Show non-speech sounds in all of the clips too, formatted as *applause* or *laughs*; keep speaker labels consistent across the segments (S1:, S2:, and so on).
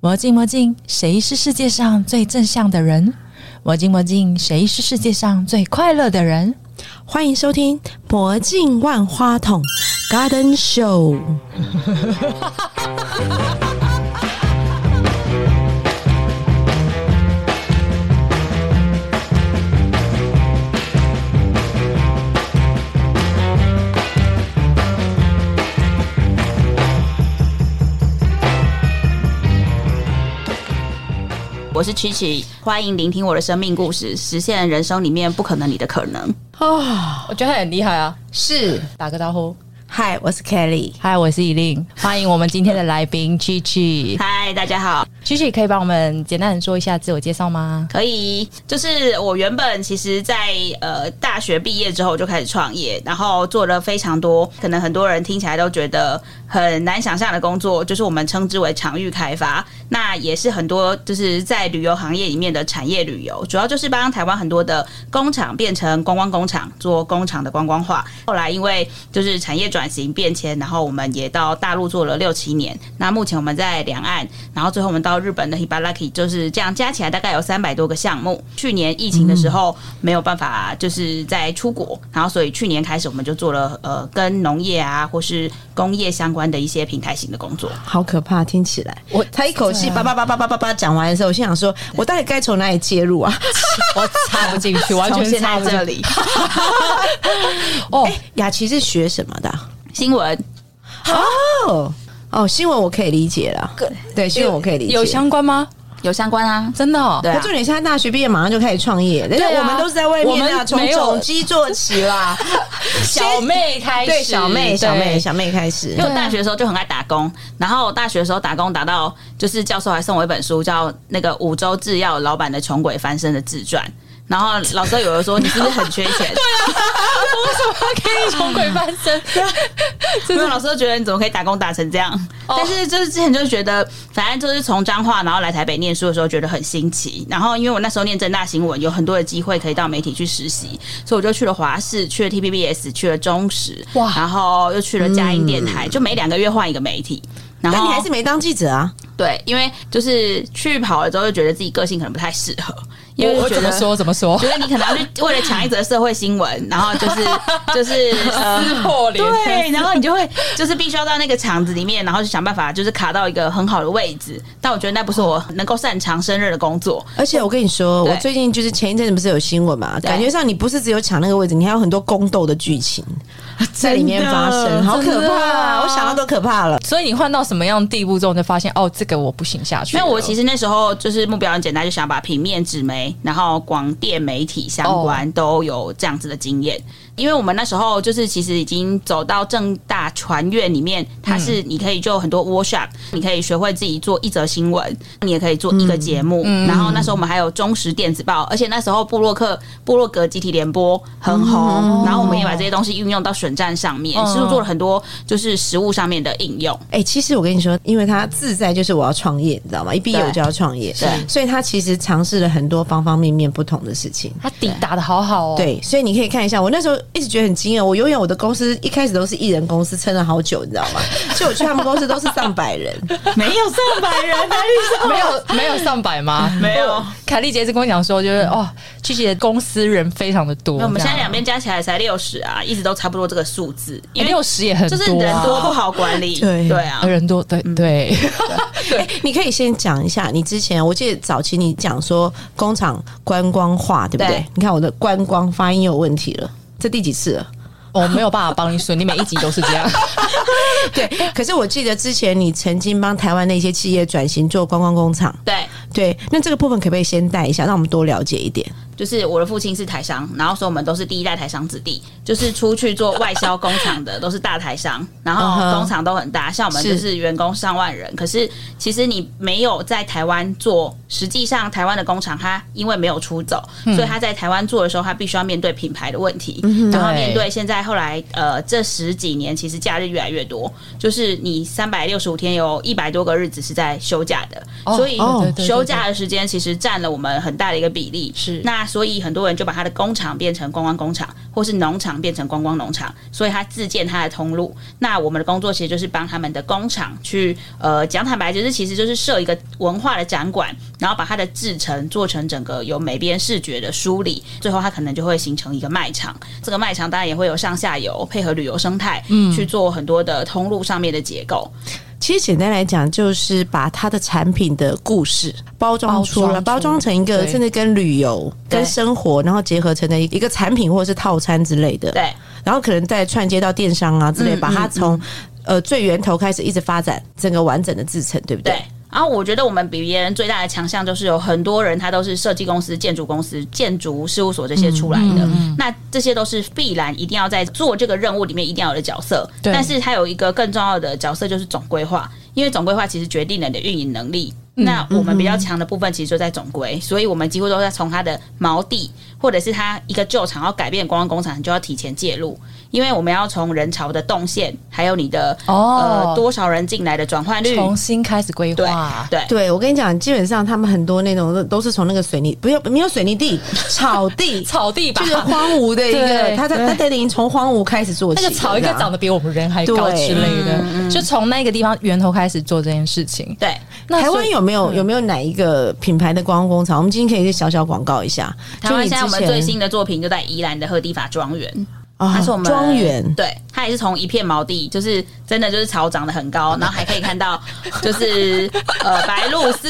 S1: 魔镜魔镜，谁是世界上最正向的人？魔镜魔镜，谁是世界上最快乐的人？
S2: 欢迎收听《魔镜万花筒》Garden Show。
S3: 我是曲奇，欢迎聆听我的生命故事，实现人生里面不可能你的可能。
S1: 我觉得很厉害啊！是，打个招呼。
S2: 嗨，我是 Kelly。
S1: 嗨，我是以令，欢迎我们今天的来宾 Chi Chi。
S3: 嗨，大家好，
S1: Chi Chi 可以帮我们简单的说一下自我介绍吗？
S3: 可以。就是我原本其实在，呃大学毕业之后就开始创业，然后做了非常多，可能很多人听起来都觉得很难想象的工作，就是我们称之为场域开发。那也是很多就是在旅游行业里面的产业旅游，主要就是帮台湾很多的工厂变成观光工厂，做工厂的观光化。后来因为就是产业转型变迁，然后我们也到大陆做了六七年。那目前我们在两岸，然后最后我们到日本的 Hibaraki，就是这样加起来大概有三百多个项目。去年疫情的时候没有办法就是在出国，然后所以去年开始我们就做了呃跟农业啊或是工业相关的一些平台型的工作。
S2: 好可怕，听起来
S1: 我啊
S2: 我他一口气叭叭叭叭叭叭叭讲完的时候，我心想说，我到底该从哪里介入啊？
S1: *laughs* 我插不进 *laughs* 去，完
S3: 从
S1: 全
S3: 现
S1: 插
S3: 在
S1: 不进
S3: 这
S1: 去。
S3: 里，
S1: *laughs* 哦，
S2: 哎雅琪是学什么的啊？
S3: 新闻
S2: 哦哦，新闻我可以理解了，对，新闻我可以理解。
S1: 有相关吗？
S3: 有相关啊，
S1: 真的哦。
S3: 对
S2: 他
S3: 啊
S2: 重。点是他大学毕业马上就开始创业，但是
S1: 对啊
S2: 我们都是在外面
S1: 我
S2: 啊，
S1: 们
S2: 从
S1: 没有
S2: 总机做起啦，
S1: *laughs* 小妹开始，
S2: 对，小妹，小妹，
S1: 对
S2: 小妹开始
S3: 因为。我大学的时候就很爱打工，然后我大学的时候打工打到，就是教授还送我一本书，叫那个五洲制药老板的穷鬼翻身的自传。然后老师有人说你是不是很缺
S2: *laughs*
S3: 钱？
S1: 可以从鬼翻 *laughs* 身，
S3: 没有老师都觉得你怎么可以打工打成这样？
S1: 哦
S3: 但是就是之前就觉得，反正就是从彰化然后来台北念书的时候觉得很新奇。然后因为我那时候念正大新闻，有很多的机会可以到媒体去实习，所以我就去了华视，去了 TVBS，去了中时，
S1: 哇
S3: 然后又去了嘉音电台，就每两个月换一个媒体。然
S2: 但
S3: 后
S2: 你还是没当记者啊？
S3: 对，因为就是去跑了之后，就觉得自己个性可能不太适合，因为就觉
S1: 怎么
S3: 得。
S1: 说怎么说
S3: 觉，得你可能要去为了抢一则社会新闻，然后就是就是呃，
S1: *laughs* 破脸
S3: 对，然后你就会就是必须要到那个场子里面，然后就想办法就是卡到一个很好的位置。但我觉得那不是我能够擅长胜任的工作。
S2: 而且我跟你说，
S3: 对
S2: 我最近就是前一阵子不是有新闻嘛，
S3: 对
S2: 感觉上你不是只有抢那个位置，你还有很多宫斗的剧情在里面发生，好可怕啊！
S1: 真的
S2: 我想到都可怕了。
S1: 所以你换到什么样地步之后，你就发现哦，这个我不行下去
S3: 因
S1: 了。
S3: 为我其实那时候就是目标很简单，就想把平面纸媒，然后广电媒体相关都有这样子的经验。因为我们那时候就是其实已经走到正大传院里面，它是你可以就很多 workshop，、你可以学会自己做一则新闻，你也可以做一个节目。然后那时候我们还有中时电子报，而且那时候部落客部落格集体联播很红，然后我们也把这些东西运用到选战上面，
S1: 嗯
S3: 是、做了很多就是实物上面的应用。
S2: 哎、其实我跟你说，因为他自在就是我要创业，你知道吗？一毕业
S3: 对
S2: 我就要创业，
S3: 对
S2: 所以他其实尝试了很多方方面面不同的事情。
S1: 他底打的好好哦，，
S2: 对，所以你可以看一下，我那时候一直觉得很惊讶，我永远我的公司一开始都是艺人公司，撑了好久，你知道吗？所以我去他们公司都是上百人，
S3: 没有上百人，哪里
S1: 没有 *laughs* 没有上百吗？
S3: *laughs* 没有。
S1: 凯丽姐一直跟我讲说，就是哦，琪琪的公司人非常的多，
S3: 那我们
S1: 这样
S3: 现在两边加起来才六十啊，一直都差不多这个数字，因
S1: 哎
S3: 为
S1: 六十也很
S3: 就是
S1: 多
S3: 人
S1: 啊，
S3: 多不好嗯
S1: *laughs*
S3: 管理，
S2: 对
S3: 对啊
S1: 呃。人多，对对，
S2: 你可以先讲一下，你之前我记得早期你讲说工厂观光化，对不对？
S3: 对
S2: 你看我的观光发音又有问题了，这第几次了？ *laughs*
S1: 我没有办法帮你说，你每一集都是这样，
S2: 对，可是我记得之前你曾经帮台湾的一些企业转型做观光工厂，
S3: 对，
S2: 对，那这个部分可不可以先带一下，让我们多了解一点？
S3: 就是我的父亲是台商，然后所以我们都是第一代台商子弟，就是出去做外销工厂的都是大
S1: *laughs*
S3: 台商，然
S2: 嗯哼
S3: 后工厂都很大，像我
S1: 嗯
S3: 们就是是员工上万人。可是其实你没有在台湾做，实际上台湾的工厂它因为没有出走，
S1: 嗯
S3: 所以他在台湾做的时候，他必须要面对品牌的问题， *laughs*
S4: 嗯
S3: 然后
S1: 对
S3: 面对现在后来呃这十几年其实假日越来越多，就是你三百六十五天有一百多个日子是在休假的，所以
S1: 哦对对对对
S3: 休假的时间其实占了我们很大的一个比例。
S1: 是
S3: 那所以很多人就把他的工厂变成观光工厂，或是农场变成观光农场，所以他自建他的通路。那我们的工作其实就是帮他们的工厂去，呃，讲坦白就是其实就是设一个文化的展馆，然后把它的制成做成整个有美编视觉的梳理，最后它可能就会形成一个卖场。这个卖场当然也会有上下游，配合旅游生态，嗯，去做很多的通路上面的结构。
S2: 其实简单来讲，就是把它的产品的故事包装出
S1: 包
S2: 来，
S1: 装出
S2: 包装成一个
S1: 对
S2: 甚至跟旅游、
S3: 对
S2: 跟生活，然后结合成的一个产品或者是套餐之类的。
S3: 对，
S2: 然后可能再串接到电商啊之类，
S3: 嗯
S2: 把它从呃最源头开始一直发展，整个完整的制成，对不对？
S3: 对。然后我觉得我们比别人最大的强项就是有很多人他都是设计公司、建筑公司、建筑事务所这
S1: 嗯
S3: 些出来的，那这些都是必然一定要在做这个任务里面一定要有的角色。
S1: 对
S3: 但是它有一个更重要的角色就是总规划，因为总规划其实决定了你的运营能力。
S1: 嗯
S3: 那我们比较强的部分其实就在总规，所以我们几乎都在从它的锚地，或者是它一个旧厂要改变观光工厂，你就要提前介入，因为我们要从人潮的动线，还有你的、
S1: 哦
S3: 呃，多少人进来的转换率，
S1: 重新开始规
S3: 对
S1: 划，，
S3: 对
S2: 对，我跟你讲，基本上他们很多那种都都是从那个水泥，不用没有水泥 *laughs* 地，草地
S1: 草地吧
S2: 就，是荒芜的一
S1: 对
S2: 个，他在他得等于从荒芜开始做起
S1: 那
S2: 的，
S1: 个草应该
S2: 这样
S1: 长得比我们人还高
S2: 对
S1: 之类
S3: 嗯
S1: 的，就从那个地方源头开始做这件事情。
S3: 对，
S1: 那
S2: 台
S1: 所以
S2: 湾有没有有没有哪一个品牌的观光工厂？我们今天可以小小广告一下。
S3: 台湾现在我们
S2: 就
S3: 最
S2: 你之前
S3: 新的作品就在宜兰的赫蒂法庄
S1: 嗯
S3: 园，
S2: 啊
S3: 它是我们
S2: 庄园，
S3: 对，它也是从一片毛地，就是真的就是草长得很
S1: *laughs*
S3: 高，然后还可以看到就是呃白鹭鸶，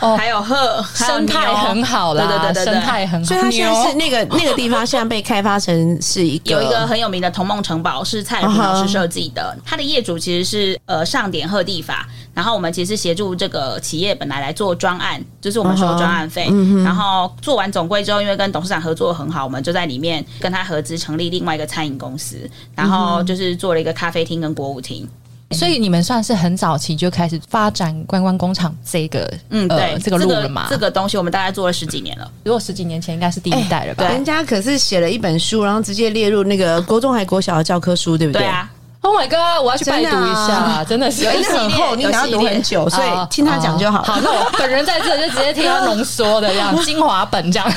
S1: 哦
S3: 还有鹤，还有
S1: 生态
S3: 牛
S1: 很好啦，
S3: 对对对对对，
S1: 生态很好，
S2: 所以它现在
S3: *laughs*
S2: 是
S1: 牛
S2: 那个那个地方现在被开发成是一个
S3: 有一个很有名的童梦城堡是蔡永平老
S2: 啊哈
S3: 师设计的，它的业主其实是呃上点赫地法，然后我们其实协助这个企业本来来做专案，就是我们收
S2: 啊哈
S3: 专案费，然后做完总规之后，因为跟董事长合作得很好，我们就在里面跟他合资成立另外一个餐饮公司，然后就是做了一个咖啡厅跟国舞厅，
S1: 所以你们算是很早期就开始发展观光工厂这个
S3: 嗯，对，
S1: 呃这个路了嘛？
S3: 这个东西我们大概做了十几年了，
S1: 如果十几年前应该是第一代了吧
S3: 哎对
S2: 人家可是写了一本书，然后直接列入那个国中还国小的教科书，对不对？
S3: 对啊，
S1: ？Oh my god！我要去拜读
S2: 真的
S1: 一下
S2: 啊，
S1: 真的是
S2: 哎，那很厚，你
S3: 有系
S2: 想
S3: 列
S2: 要读很久，所以
S1: 哦
S2: 听他讲就好
S1: 哦好，
S2: 了。
S1: 那我本人在这就直接听他浓缩的这样精华本这样。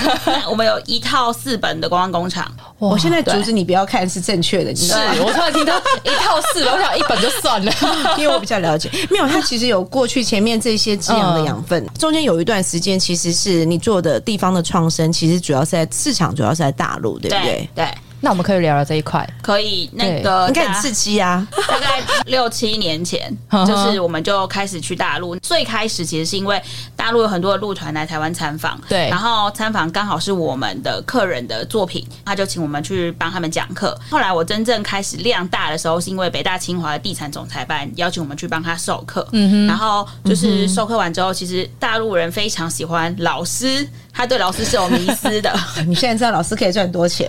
S3: 我们有一套四本的观光工厂，
S2: *laughs* 我现在
S3: 对
S2: 阻止你不要看是正确的，你知道吗
S1: 是我突然听到一套四本，我想一本就算了。
S2: *laughs* 因为我比较了解，没有，它其实有过去前面这些这样的养分，中间有一段时间其实是你做的地方的创生，其实主要是在市场，主要是在大陆，对不对？
S3: 对，
S1: 那我们可以聊聊这一
S2: *laughs*
S1: 块。
S3: 可以那
S1: 对，
S3: 个
S2: 你看
S3: 大
S2: 很刺激啊！
S3: 大概六七年 *laughs* 前
S1: 嗯哼
S3: 就是我们就开始去大陆。最开始其实是因为大陆有很多的路团来台湾参访，
S1: 对
S3: 然后参访刚好是我们的客人的作品，他就请我们去帮他们讲课。后来我真正开始量大的时候，是因为北大清华的地产总裁办邀请我们去帮他授课，嗯哼，然后就是授课完之后，其实大陆人非常喜欢老师，他对老师是有迷思的。
S2: *laughs* 你现在知道老师可以赚多钱，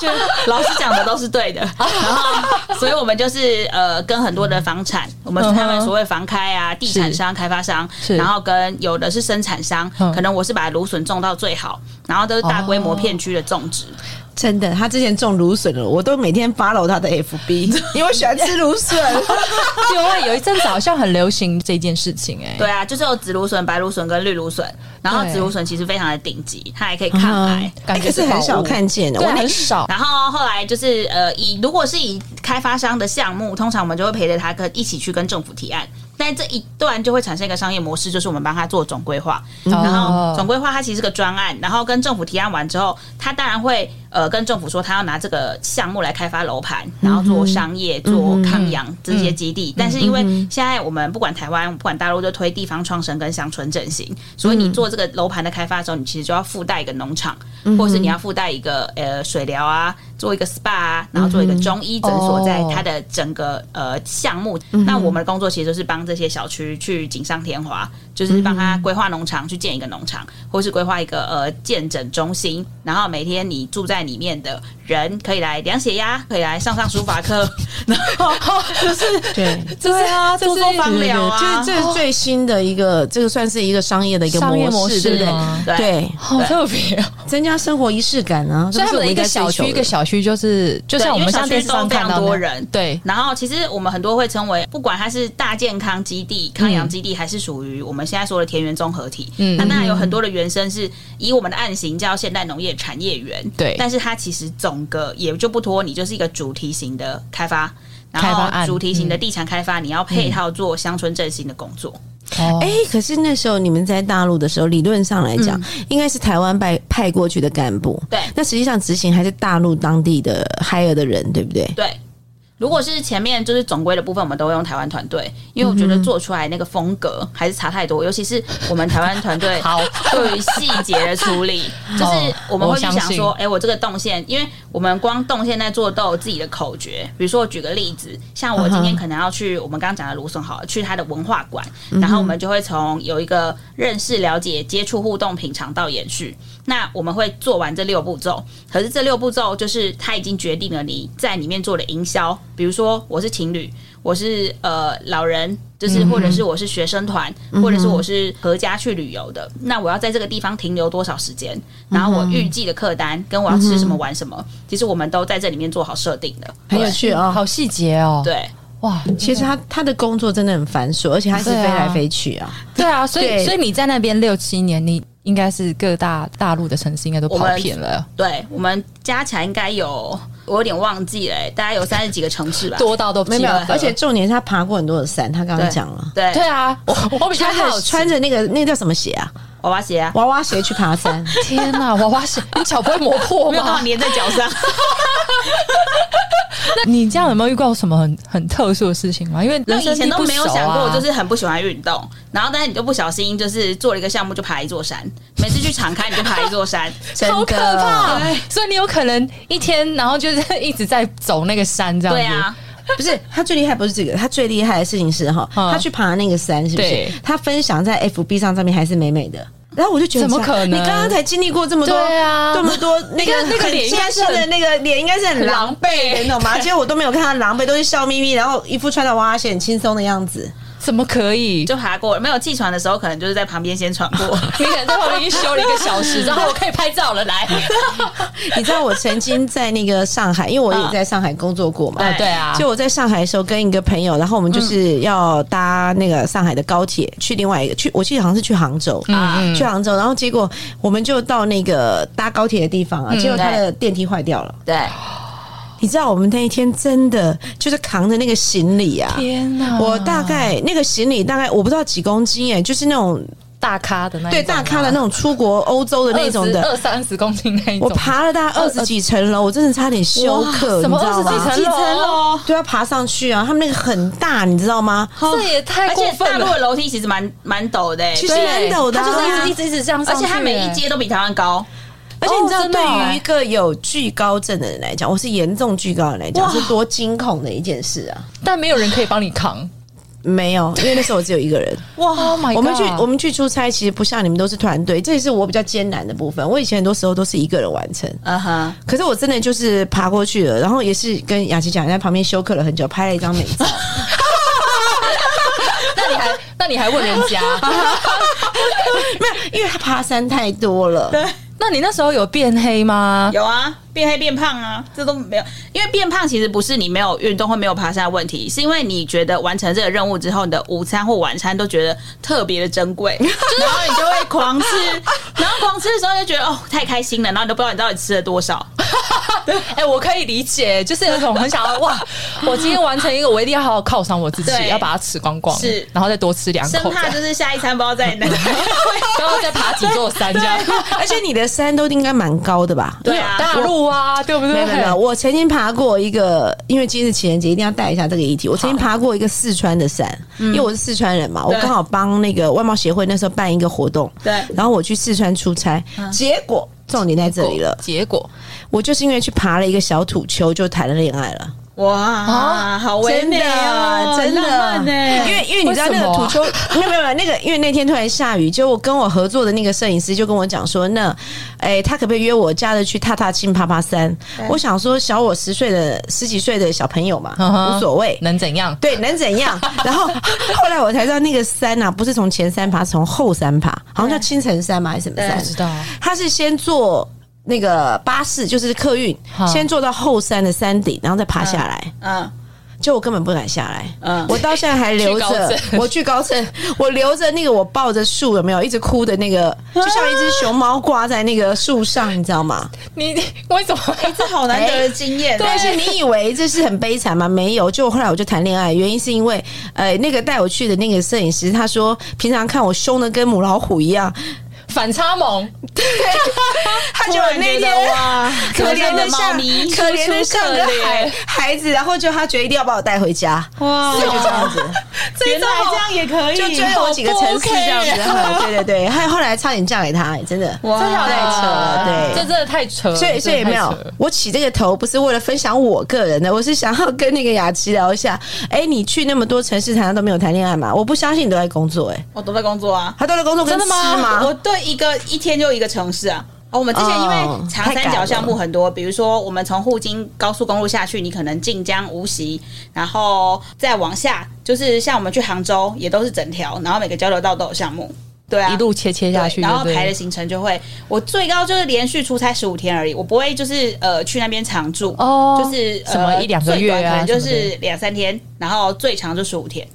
S3: 就是 *laughs* 老师讲的都是对的，然后所以我们就是呃跟很多的房产，我们
S1: 嗯哼
S3: 他们所谓房开啊、地产商、开发商，
S1: 是
S3: 然后跟有的是生产商
S1: 嗯，哦
S3: 可能我是把芦笋种到最好，然后都是大规模片区的种植，
S2: 真的，他之前种芦笋了，我都每天 follow 他的 FB，因为我喜欢吃芦笋。
S1: 对，我有一阵子好像很流行这件事情、哎，
S3: 对啊，就是有紫芦笋、白芦笋跟绿芦笋，然后
S1: 对嗯
S3: 紫芦笋其实非常的顶级，它还可以抗癌。
S1: 感
S2: 哎
S1: 觉
S2: 可是
S1: 宝
S2: 很
S1: 物
S2: 少，看见的，
S1: 对，
S2: 我
S4: 啊
S2: 那
S1: 很少。
S3: 然后后来就是呃，以如果是以开发商的项目，通常我们就会陪着他跟一起去跟政府提案。但这一段就会产生一个商业模式，就是我们帮他做总规划，然后总规划它其实是个专案，然后跟政府提案完之后，他当然会呃跟政府说他要拿这个项目来开发楼盘，然后做商业、做抗氧这些基地。但是因为现在我们不管台湾不管大陆就推地方创生跟乡村振兴，所以你做这个楼盘的开发的时候，你其实就要附带一个农场，或者是你要附带一个呃水疗啊，做一个 SPA 啊，然后做一个中医诊所，
S1: 哦
S3: 在它的整个呃项目。那我们的工作其实就是帮这些小区去锦上添花，就是帮他规划农场，去建一个农场，或是规划一个呃健诊中心，然后每天你住在里面的人可以来量血压，可以来上上书法课， *laughs* 然后
S2: 对。
S1: 对
S3: *laughs*
S1: 啊，这
S3: 做
S1: 是
S3: 做芳疗啊，
S2: 就是这是最新的一个，这个算是一个商业的一个
S1: 商业模
S2: 模
S1: 式
S2: 式，对不
S1: 吗
S2: 对？
S3: 对
S2: 对，
S1: 好特别哦，
S2: 增加生活仪式感啊。
S4: 所以他
S2: 这不
S4: 们的
S2: 是我
S4: 一个
S2: 该
S4: 小
S2: 追求
S4: 区一
S2: 的
S4: 个小区，就是就像我们像电视上看到
S3: 因为小区都非常
S4: 的
S3: 多人
S4: 对，
S3: 然后，其实我们很多会称为，不管它是大健康基地、康养基地，还是属于我们现在说的田园综合体。
S4: 嗯
S3: 那当然有很多的原生是以我们的案型叫现代农业产业园。
S4: 对
S3: 但是它其实总个也就不脱你就是一个主题型的开发，然
S4: 开发
S3: 后
S4: 案嗯
S3: 主题型的地产开发，你要配套做乡村振兴的工作。
S4: 哦
S2: 哎、可是那时候你们在大陆的时候，理论上来讲，应该是台湾派派过去的干部，
S3: 对
S2: 那实际上执行还是大陆当地的 hire 的人，对不对？
S3: 对。如果是前面就是总归的部分，我们都用台湾团队，因为
S4: 嗯
S3: 我觉得做出来那个风格还是差太多，尤其是我们台湾
S4: *laughs*
S3: 团队 *laughs*
S4: 好
S3: 对于细节的处理，就是我们会去想说，哎、我这个动线，因为我们光动线在做都有自己的口诀。比如说，我举个例子，像我今天可能要去我们刚刚讲的芦笋，好了，去它的文化馆，然后我们就会从有一个认识、了解、接触、互动、品尝到延续。那我们会做完这六步骤，可是这六步骤就是它已经决定了你在里面做的营销。比如说，我是情侣，我是呃老人，就是或者是我是学生团，或者是我是合家去旅游的，那我要在这个地方停留多少时间？然后我预计的客单跟我要吃什么玩什么，其实我们都在这里面做好设定的。
S2: 很有趣哦。
S4: 好细节哦，
S3: 对，
S4: 哇，
S2: 其实他他的工作真的很繁琐，而且他是
S4: 对
S2: 飞
S4: 啊
S2: 来飞去啊。
S4: 对啊，所以
S2: 对
S4: 所以你在那边六七年，你应该是各大大陆的城市应该都跑
S3: 我们
S4: 遍了，
S3: 对我们加起来应该有，我有点忘记了、大概有三十几个城市吧。
S4: 多到都
S2: 没有
S4: 记
S2: 没有
S4: 不，得
S2: 而且重点是他爬过很多的山，他刚刚
S3: 对
S2: 讲了。
S3: 对，
S4: 对啊，我
S3: 哎
S4: 我比较
S2: 穿
S4: 好
S2: 着
S4: 奇
S2: 穿着那个那个叫什么鞋啊？
S3: 娃娃鞋啊，
S2: 娃娃鞋去爬山，
S4: 天哪，娃娃鞋， *laughs* 你脚不会磨破
S3: 没有刚
S4: 吗
S3: 好？粘在脚上。
S4: 那你这样有没有遇到什么很很特殊的事情吗？因为
S3: 那
S4: *laughs* 人生
S3: 以前
S4: 地
S3: 都
S4: 不
S3: 没有
S4: 熟
S3: 想过，
S4: 啊
S3: 就是很不喜欢运动，然后但是你就不小心就是做了一个项目就爬一座山，每次去敞开你就爬一
S4: *laughs*
S3: 座山，真
S4: 好可
S3: 的
S4: 怕
S3: 对，
S4: 所以你有可能一天，然后就是一直在走那个山这样子。
S3: 对啊，
S2: 不是他最厉害，不是这个，他最厉害的事情是哈，
S4: 嗯
S2: 他去爬那个山，是不是
S4: 对？
S2: 他分享在 FB 上上面还是美美的。然后我就觉得，
S4: 怎么可能
S2: 你刚刚才经历过这么多，
S4: 对啊
S2: 这么多那个
S4: 那个
S2: 很
S4: 脸应该是
S2: 艰辛的
S4: 很
S2: 那个脸，应该是很狼狈的，你懂吗？结果我都没有看他狼狈，都是笑眯眯，然后一副穿着娃娃鞋很轻松的样子。
S4: 怎么可以？
S3: 就爬过，没有气喘的时候可能就是在旁边先喘过，
S4: 你可能在旁边已经休了一个小时，然后我可以拍照了，来。
S2: 你知道我曾经在那个上海，因为我也在上海工作过嘛，
S4: 啊，嗯对啊，嗯
S2: 就我在上海的时候，跟一个朋友，然后我们就是要搭那个上海的高铁去另外一个去，我记得好像是去杭州
S4: 嗯
S2: 啊，去杭州，然后结果我们就到那个搭高铁的地方啊，
S4: 嗯
S2: 结果他的电梯坏掉了。
S3: 对，
S2: 你知道我们那一天真的就是扛着那个行李啊，
S4: 天哪，
S2: 我大概那个行李大概我不知道几公斤哎，就是那种
S4: 大咖的那一
S2: 对
S4: 种啊
S2: 大咖的那种出国欧洲的那种的。
S4: 二三十公斤那一种。
S2: 我爬了大概二十几层楼，我真的差点休
S4: 哇
S2: 克，
S4: 什
S2: 你知
S4: 么
S2: 道吗？
S4: 二十几层楼？
S2: 对，要爬上去啊！他们那个很大，你知道吗？
S4: 这也太
S3: 而
S4: 过
S3: 且大
S4: 分
S3: 陆
S4: 了。
S3: 的楼梯其实蛮蛮陡的、
S2: 其
S3: 欸
S2: 实。蛮陡的啊
S4: 他就是一直一直一直这样
S3: 而
S4: 上去，哎欸
S3: 且它每一阶都比台湾高，
S2: 而且你知道，
S4: 真的
S2: 对
S4: 哦
S2: 于一个有惧高症的人来讲，我是严重惧高的人来讲，
S4: 哇
S2: 是多惊恐的一件事啊！
S4: 但没有人可以帮你扛。
S2: 没有，因为那时候我只有一个人。
S4: 哇，Oh *laughs* my god！
S2: 我们去我们去出差，其实不像你们都是团队，这也是我比较艰难的部分。我以前很多时候都是一个人完成，
S3: 嗯哼，
S2: 可是我真的就是爬过去了，然后也是跟雅琪讲，在旁边休克了很久，拍了一张美照。 *laughs*
S4: 那你还那你还问人家？
S2: 没有，因为他爬山太多了。
S4: *laughs* 那你那时候有变黑吗？
S3: 有啊，变黑变胖啊，这都没有。因为变胖其实不是你没有运动或没有爬山的问题，是因为你觉得完成这个任务之后，你的午餐或晚餐都觉得特别的珍贵，然后你就会狂吃，然后狂吃的时候就觉得哦太开心了，然后你都不知道你到底吃了多少。
S4: 哎、我可以理解，就是有一种很想要哇，我今天完成一个，我一定要好好犒赏我自己，
S3: 对
S4: 要把它吃光光，
S3: 是
S4: 然后再多吃两
S3: 生
S4: 口，
S3: 怕就是下一餐不知道在哪。
S4: *laughs* 然后再爬几座山这样。
S2: *laughs* 而且你的山都应该蛮高的吧？
S3: 对啊，
S4: 大陆啊，对不对？
S2: 没有没有没有，我曾经爬过一个，因为今天是情人节，一定要带一下这个议题。我曾经爬过一个四川的山，因为我是四川人嘛，我
S3: 对
S2: 刚好帮那个外贸协会那时候办一个活动，
S3: 对
S2: 然后我去四川出差，结果重点在这里了，
S4: 结果
S2: 我就是因为去爬了一个小土丘就谈了恋爱了，
S3: 哇，好唯
S2: 真
S3: 美
S2: 的
S3: 哦，
S2: 真的啊
S3: 浪漫欸呢、
S2: 因为因为你知道那个土丘， *laughs* 没有没有没有那个，因为那天突然下雨，就我跟我合作的那个摄影师就跟我讲说，那哎、他可不可以约我假日去踏踏青、爬爬山？我想说，小我十岁的十几岁的小朋友嘛，
S4: 嗯哼
S2: 无所谓。
S4: 能怎样？
S2: 对，能怎样？然后后来我才知道，那个山啊，不是从前山爬，是从后山爬，好像叫青城山嘛，还是什么山？
S4: 不知道
S2: 他是先坐那个巴士，就是客运
S1: 好，
S2: 先坐到后山的山顶，然后再爬下来。
S3: 嗯
S2: 就我根本不敢下来，
S3: 嗯，
S2: 我到现在还留着
S4: 去高，
S2: 我去高层，我留着那个我抱着树有没有一直哭的那个，就像一只熊猫挂在那个树上，你知道吗？
S4: 你 *laughs* 你为什么？
S2: 哎
S3: 这好难得的经验、
S2: 但是你以为这是很悲惨吗？没有，就后来我就谈恋爱，原因是因为，呃，那个带我去的那个摄影师，他说平常看我凶的跟母老虎一样，
S4: 反差萌，
S2: 他就
S3: 突然
S2: 那
S3: 觉得
S2: 天
S3: 哇，
S2: 可怜
S3: 的
S2: 的
S3: 猫
S2: 像
S3: 咪，
S2: 可怜的像个
S4: 楚楚可
S2: 孩
S4: 怜
S2: 孩子，然后就他觉得一定要把我带回家，
S3: 哇，
S2: 所以就这样子，
S4: 原来这
S3: 样也可以
S2: 就追了我几个城市这样子，
S4: 好不 OK
S2: 哈对对对，还后来差点嫁给他，欸真的。
S3: 哇，
S4: 真的
S2: 太扯了对
S4: 这真的太扯了，
S2: 所以，所以
S4: 真的
S2: 没
S4: 太扯
S2: 有啊
S4: 了，
S2: 我起这个头不是为了分享我个人的，我是想要跟那个雅琪聊一下。哎、你去那么多城市，谈到都没有谈恋爱嘛？我不相信你都在工作、哎，
S3: 我都在工作啊，
S2: 他都在工作跟
S4: 真
S2: 吃
S4: 的吗
S2: 吗？
S3: 我对一个一天就一个城市啊。哦，我们之前因
S2: 哦
S3: 为长
S2: 太
S3: 三
S2: 赶
S3: 角
S2: 了
S3: 项目很多，比如说我们从沪京高速公路下去，你可能晋江、无锡，然后再往下，就是像我们去杭州也都是整条，然后每个交流道都有项目，对啊，
S4: 一路切切下去，
S3: 对然后
S4: 对不对
S3: 排的行程就会，我最高就是连续出差十五天而已，我不会就是呃去那边常住，
S4: 哦
S3: 就是、呃、
S4: 什么一两个月啊
S3: 最短可能就
S4: 什么
S3: 是两三天，然后最长就十五天。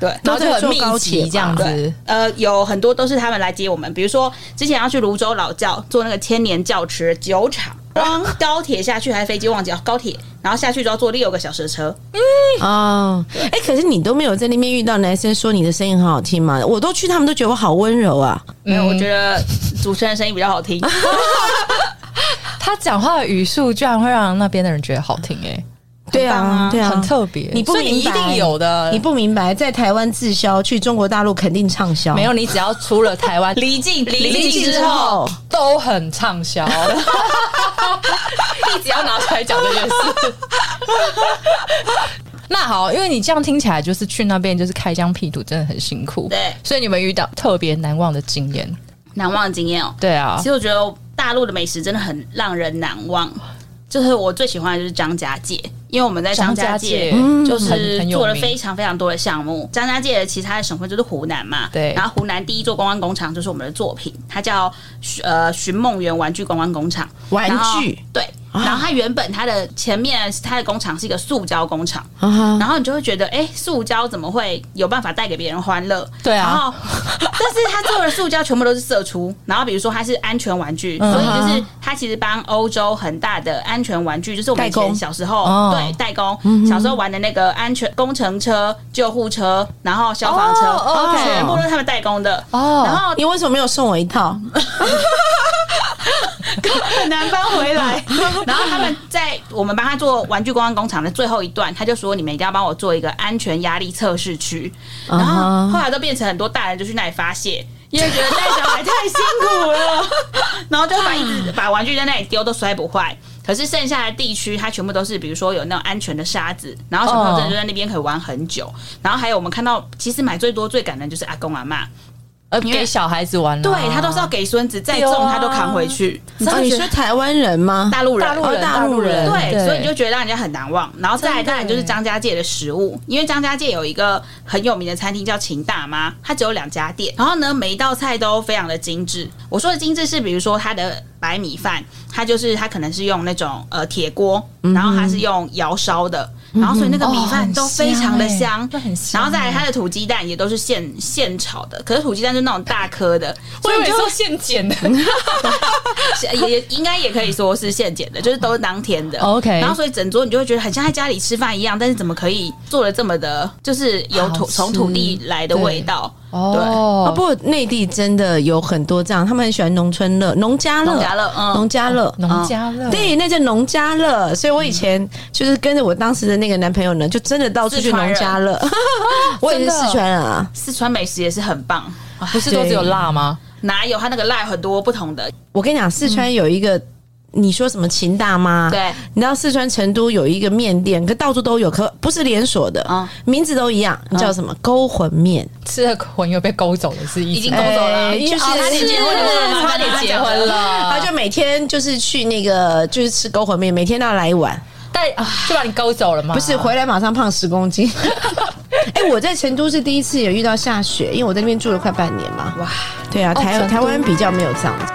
S3: 对，
S4: 然
S2: 都
S4: 后就
S2: 在
S4: 很
S2: 坐高
S4: 密集
S2: 铁吧
S4: 这样
S3: 对
S4: 子，，
S3: 呃，有很多都是他们来接我们，比如说之前要去泸州老窖做那个千年窖池酒厂，光高铁下去还是飞机忘记哦，高铁，然后下去就要坐六个小时的车，
S2: 哦，哎、可是你都没有在那边遇到男生说你的声音很好听吗？我都去，他们都觉得我好温柔啊。
S4: 嗯
S3: 没有，我觉得主持人声音比较
S4: *laughs*
S3: 好听，
S1: 他讲话的语速居然会让那边的人觉得好听、欸，
S2: 对
S3: 棒啊
S2: 啊，对
S1: 哎、
S2: 啊，
S1: 很特别。
S2: 你不
S4: 所以你一
S2: 明白
S4: 定有的，
S2: 你不明白，在台湾滞销，去中国大陆肯定畅销。
S4: 没有，你只要出了台 *laughs* 湾
S3: 离境
S4: 离境之后，都很畅 *laughs* 销，一直要拿出来讲这件事。 *laughs* 那好，因为你这样听起来就是去那边就是开疆辟土，真的很辛苦。
S3: 对
S1: 所以你们遇到特别难忘的经验，
S3: 难忘的经验哦。
S1: 对啊
S3: 其，实我觉得大陆的美食真的很让人难忘，就是我最喜欢的就是张家界，因为我们在张家界
S4: 张家界
S1: 嗯
S3: 就是做了非
S1: 常
S3: 常非常多的项目。张家界的其他的省份就是湖南嘛，
S1: 对
S3: 然后湖南第一座观光工厂就是我们的作品，它叫呃寻梦园玩具观光工厂。
S2: 玩
S3: 然后
S2: 具
S3: 对，然后它原本它的前面它的工厂是一个塑胶工厂，
S2: 啊哈，
S3: 然后你就会觉得，哎、塑胶怎么会有办法带给别人欢乐？
S4: 对啊
S3: 然后， *laughs* 但是他做的塑胶全部都是射出，然后比如说它是安全玩具，所以就是它其实帮欧洲很大的安全玩具，就是我们以
S2: 代
S3: 前
S2: 工
S3: 小时候
S1: 哦
S3: 对代工、小时候玩的那个安全工程车、救护车，然后消防车，
S4: 哦
S2: ，OK
S3: 全部都是他们代工的。
S1: 哦，
S3: 然后
S2: 你为什么没有送我一套？
S3: 很难搬回来。然后他们在我们帮他做玩具观光工厂的最后一段，他就说：“你们一定要帮我做一个安全压力测试区。”然
S2: 啊
S3: 后
S2: 哈
S3: 后来都变成很多大人就去那里发泄。因为觉得带小孩太辛苦了， *laughs* 然后就把一直把玩具在那里丢，都摔不坏。可是剩下的地区，它全部都是比如说有那种安全的沙子，然后小朋友真的就在那边可以玩很久。然后还有我们看到，其实买最多最感人就是阿公阿妈，
S1: 呃，
S3: 因为
S1: 给小孩子玩啊，
S3: 对他都是要给孙子，再
S1: 对
S3: 重
S1: 啊
S3: 他都扛回去。
S2: 啊，你说台湾人吗？
S3: 大陆人，
S1: 大陆人，
S2: 哦大陆人
S3: 对，所以你就
S1: 就
S3: 觉得让人家很难忘。然后再来，
S1: 真的
S3: 当然就是张家界的食物，因为张家界有一个很有名的餐厅叫秦大妈，它只有两家店。然后呢，每一道菜都非常的精致。我说的精致是，比如说它的白米饭，它就是它可能是用那种呃铁锅，然后它是用窑烧的。然后所以那个米饭都非常的香，
S1: 那很香
S3: 然
S1: 欸
S3: 后再来它的土鸡蛋也都是现现炒的，可是土鸡蛋就那种大颗的，
S4: 我
S3: 所
S4: 以
S3: 以
S4: 为
S3: 你就
S4: 说现剪 *laughs* 的，
S3: 也也应该也可以说是现剪的，就是都是当天的。
S1: 哦 OK
S3: 然后所以整桌你就会觉得很像在家里吃饭一样，但是怎么可以做的这么的，就是有土
S1: 好吃
S3: 从土地来的味道？
S2: 哦，
S1: 哦，
S2: 不过内地真的有很多这样，他们很喜欢农村乐、农家乐、
S3: 农家乐嗯
S2: 农家乐。哦
S1: 农家乐，
S2: 对，那叫农家乐，所以我以前就是跟着我当时的那个男朋友呢，就真的到处去农家乐。 *laughs* 我也是四川人啊，
S3: 四川美食也是很棒，
S1: 不是都只有辣吗？
S3: 哪有它那个辣很多不同的？
S2: 我跟你讲，四川有一个，你说什么秦大妈？
S3: 嗯对，
S2: 你知道四川成都有一个面店，可到处都有，可不是连锁的，
S3: 嗯
S2: 名字都一样，你叫什么？勾魂面。
S1: 吃了魂又被勾走了，是意思
S3: 已经勾走了，
S2: 哎就是
S3: 哦差点结婚了，
S4: 哦差点结婚
S3: 了。
S4: 了，
S2: 他就每天就是去那个，就是吃勾魂面，每天都要来一碗，
S4: 但啊就把你勾走了吗？
S2: 不是回来马上胖十公斤。 *laughs* 哎、我在成都是第一次有遇到下雪，因为我在那边住了快哦半年嘛。哇，对啊，台、
S1: 成都
S2: 台湾比较没有这样子。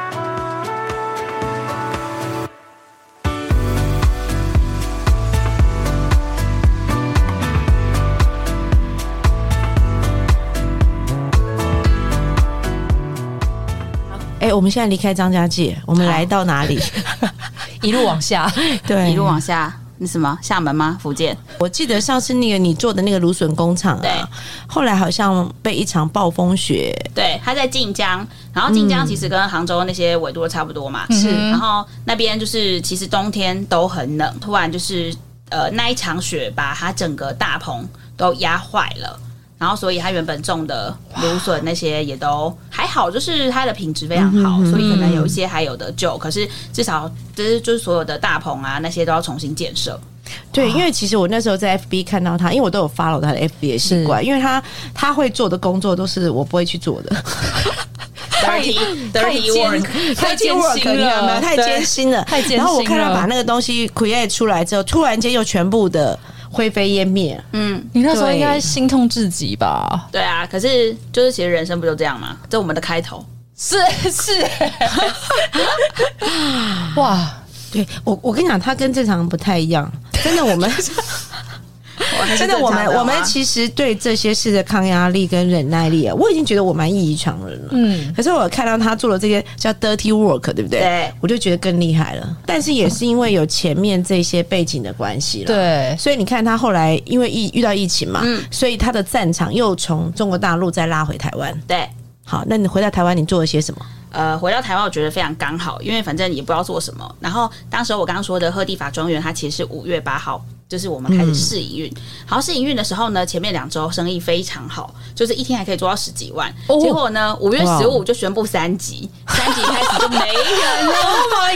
S2: 哎我们现在离开张家界，我们来到哪里？
S4: *laughs*
S2: *laughs*
S4: 一路往下，
S2: 对，
S3: 一路往下。那什么厦门吗？福建？
S2: 我记得上次那个你做的那个芦笋工厂
S3: 对
S2: 啊，后来好像被一场暴风雪，
S3: 对，它在晋江，然后晋江其实跟杭州那些纬度都差不多
S2: 嗯
S3: 嘛，是、然后那边就是其实冬天都很冷，突然就是呃那一场雪把它整个大棚都压坏了。然后，所以它原本种的芦笋那些也都还好，就是它的品质非常
S2: 嗯
S3: 好，所以可能有一些还有得救。可是至少就是就是所有的大棚啊那些都要重新建设。
S4: 啊
S2: 对，因为其实我那时候在 FB 看到他，因为我都有 follow 他的 FB 的习惯，因为他他会做的工作都是我不会去做的，
S3: dirty *laughs* dirty
S4: 艰
S3: work，
S4: *laughs* 太艰
S2: work
S4: 辛
S2: 你有没有
S4: 了，
S2: 太艰
S4: 对。
S2: 辛了，
S4: 太艰辛了
S2: 然后我看到把那个东西 create 出来之后，突然间又全部的灰飞烟灭，
S3: 嗯，
S4: 你那时候
S2: 对
S4: 应该心痛至极吧？
S3: 对啊。可是就是其实人生不就这样吗？这我们的开头。
S4: 是是，
S3: *laughs*
S4: 哇，
S2: 对我，我跟你讲，他跟正常人不太一样。真的，
S4: *laughs*
S2: 我们
S4: 啊
S2: 真的，我们我们其实对这些事的抗压力跟忍耐力，啊，我已经觉得我蛮异于常人了。
S4: 嗯，
S2: 可是我看到他做了这些叫 dirty work，对不对？
S3: 对
S2: 我就觉得更厉害了。但是也是因为有前面这些背景的关系了。。
S4: 对，
S2: 所以你看，他后来因为疫遇到疫情嘛，
S3: 嗯
S2: 所以他的战场又从中国大陆再拉回台湾。
S3: 对。
S2: 好，那你回到台湾，你做了些什么？
S3: 呃，回到台湾，我觉得非常刚好，因为反正也不知道做什么。然后当时我刚刚说的赫蒂法庄园，它其实是五月八号，就是我们开始试营
S4: 嗯
S3: 运。好，试营运的时候呢，前面两周生意非常好，就是一天还可以做到十几万。
S4: 哦
S3: 结果呢，五月
S2: 哇
S3: 十五就宣布三级，三级开始就没人
S4: *laughs*
S3: 了。
S4: Oh my
S2: 在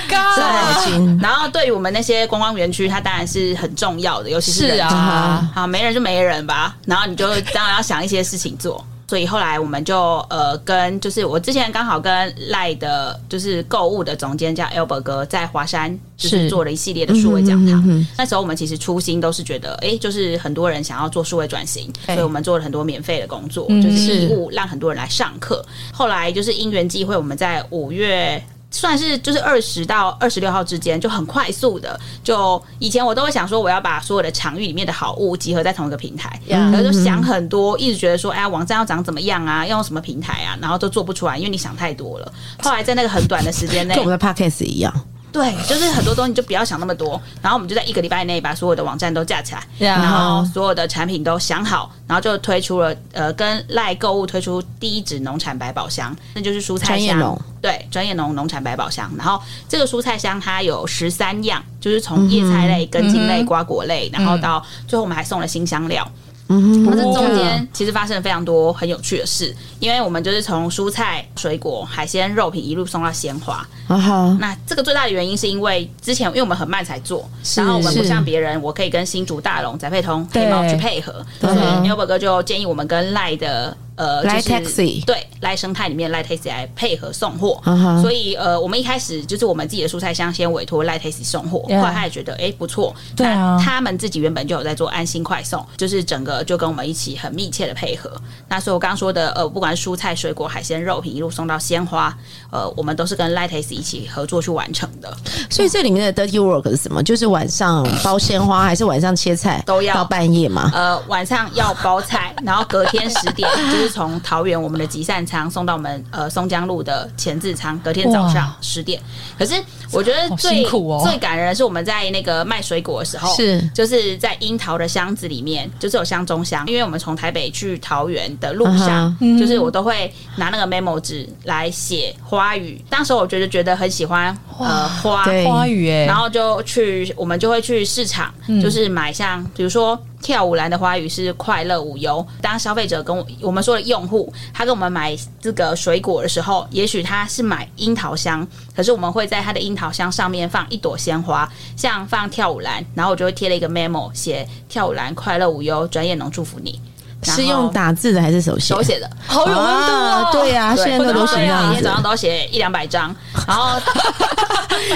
S4: god！
S2: 北京，
S3: 然后对于我们那些观光园区，它当然是很重要的，尤其是人嗯
S4: 是
S2: 嗯
S4: 啊，
S3: 好，没人就没人吧。然后你就当然要想一些事情做。所以后来我们就呃跟就是我之前刚好跟赖的，就是购物的总监叫 Albert 哥，在华山就是
S4: 是
S3: 做了一系列的数位讲
S2: 嗯
S3: 堂。
S2: 哼哼哼
S3: 那时候我们其实初心都是觉得，诶，就是很多人想要做数位转型，
S2: 对
S3: 所以我们做了很多免费的工作，
S4: 嗯
S3: 就是
S2: 是
S3: 义务让很多人来上课。后来就是因缘际会，我们在五月。算是就是二十到二十六号之间，就很快速的。就以前我都会想说，我要把所有的场域里面的好物集合在同一个平台，
S4: Yeah
S3: 然后就想很多，一直觉得说，哎呀，网站要长怎么样啊，要用什么平台啊，然后都做不出来，因为你想太多了。后来在那个很短的
S2: *laughs*
S3: 时间内，
S2: 跟我们的 podcast 一样。
S3: 对，就是很多东西就不要想那么多，然后我们就在一个礼拜内把所有的网站都架起来，
S2: 啊
S4: 然
S3: 然后所有的产品都想好，然后就推出了呃，跟赖购物推出第一支农产百宝箱，那就是蔬菜
S2: 专业
S3: 箱
S2: 农，
S3: 对，专业农农产百宝箱。然后这个蔬菜箱它有十三样，就是从叶菜类、根茎类、瓜果类，然后到最后我们还送了新香料。
S2: 嗯
S3: 那这中间其实发生了非常多很有趣的事，因为我们就是从蔬菜、水果、海鲜、肉品一路送到鲜花，
S2: 啊哈，
S3: 那这个最大的原因是因为之前因为我们很慢才做，
S4: 是
S3: 然后我们不
S2: 是
S3: 像别人，我可以跟新竹大龙、宅配通、
S4: 对
S3: 黑猫去配合，所
S2: 对
S3: 以 Albert 哥就建议我们跟赖的呃
S2: 赖
S3: 就是
S2: Taxi
S3: 对赖生态里面赖 Taxi 来配合送货
S2: 嗯哼，
S3: 所以呃我们一开始就是我们自己的蔬菜箱先委托赖 Taxi 送货，后
S4: Yeah
S3: 来他也觉得哎不错，
S4: 对啊
S3: 那他们自己原本就有在做安心快送，就是整个就跟我们一起很密切的配合。那所以我刚刚说的呃不管是蔬菜、水果、海鲜、肉品一路送到鲜花，呃，我们都是跟 Lightes 一起合作去完成的，
S2: 所以这里面的 dirty work 是什么？就是晚上包鲜花，还是晚上切菜，
S3: 都要
S2: 到半夜嘛？
S3: 呃，晚上要包菜，然后隔天十点就是从桃园我们的集散仓送到我们呃松江路的前置仓，隔天早上
S4: 哇
S3: 十点。可是我觉得
S4: 好
S3: 最、
S4: 辛苦哦
S3: 最感人的是我们在那个卖水果的时候，
S2: 是
S3: 就是在樱桃的箱子里面，就是有箱中箱，因为我们从台北去桃园的路上
S2: 嗯
S3: 就是我都会拿那个 memo 纸来写花语。当时我觉得觉得很喜欢呃花，
S2: 对
S4: 花语哎，
S3: 然后就去，我们就会去市场，就是买像比如说跳舞兰的花语是快乐无忧。当消费者跟我我们说的用户，他跟我们买这个水果的时候，也许他是买樱桃香，可是我们会在他的樱桃香上面放一朵鲜花，像放跳舞兰，然后我就会贴了一个 memo，写跳舞兰快乐无忧，专业农祝福你，然后
S2: 是用打字的还是手写？
S3: 手写的。
S4: 好有温度
S2: 啊
S4: 哦，
S2: 对呀、
S3: 对
S2: 现在都流行这
S3: 我
S2: 样
S3: 每天
S2: 子
S3: 早，上都要写一两百张，然后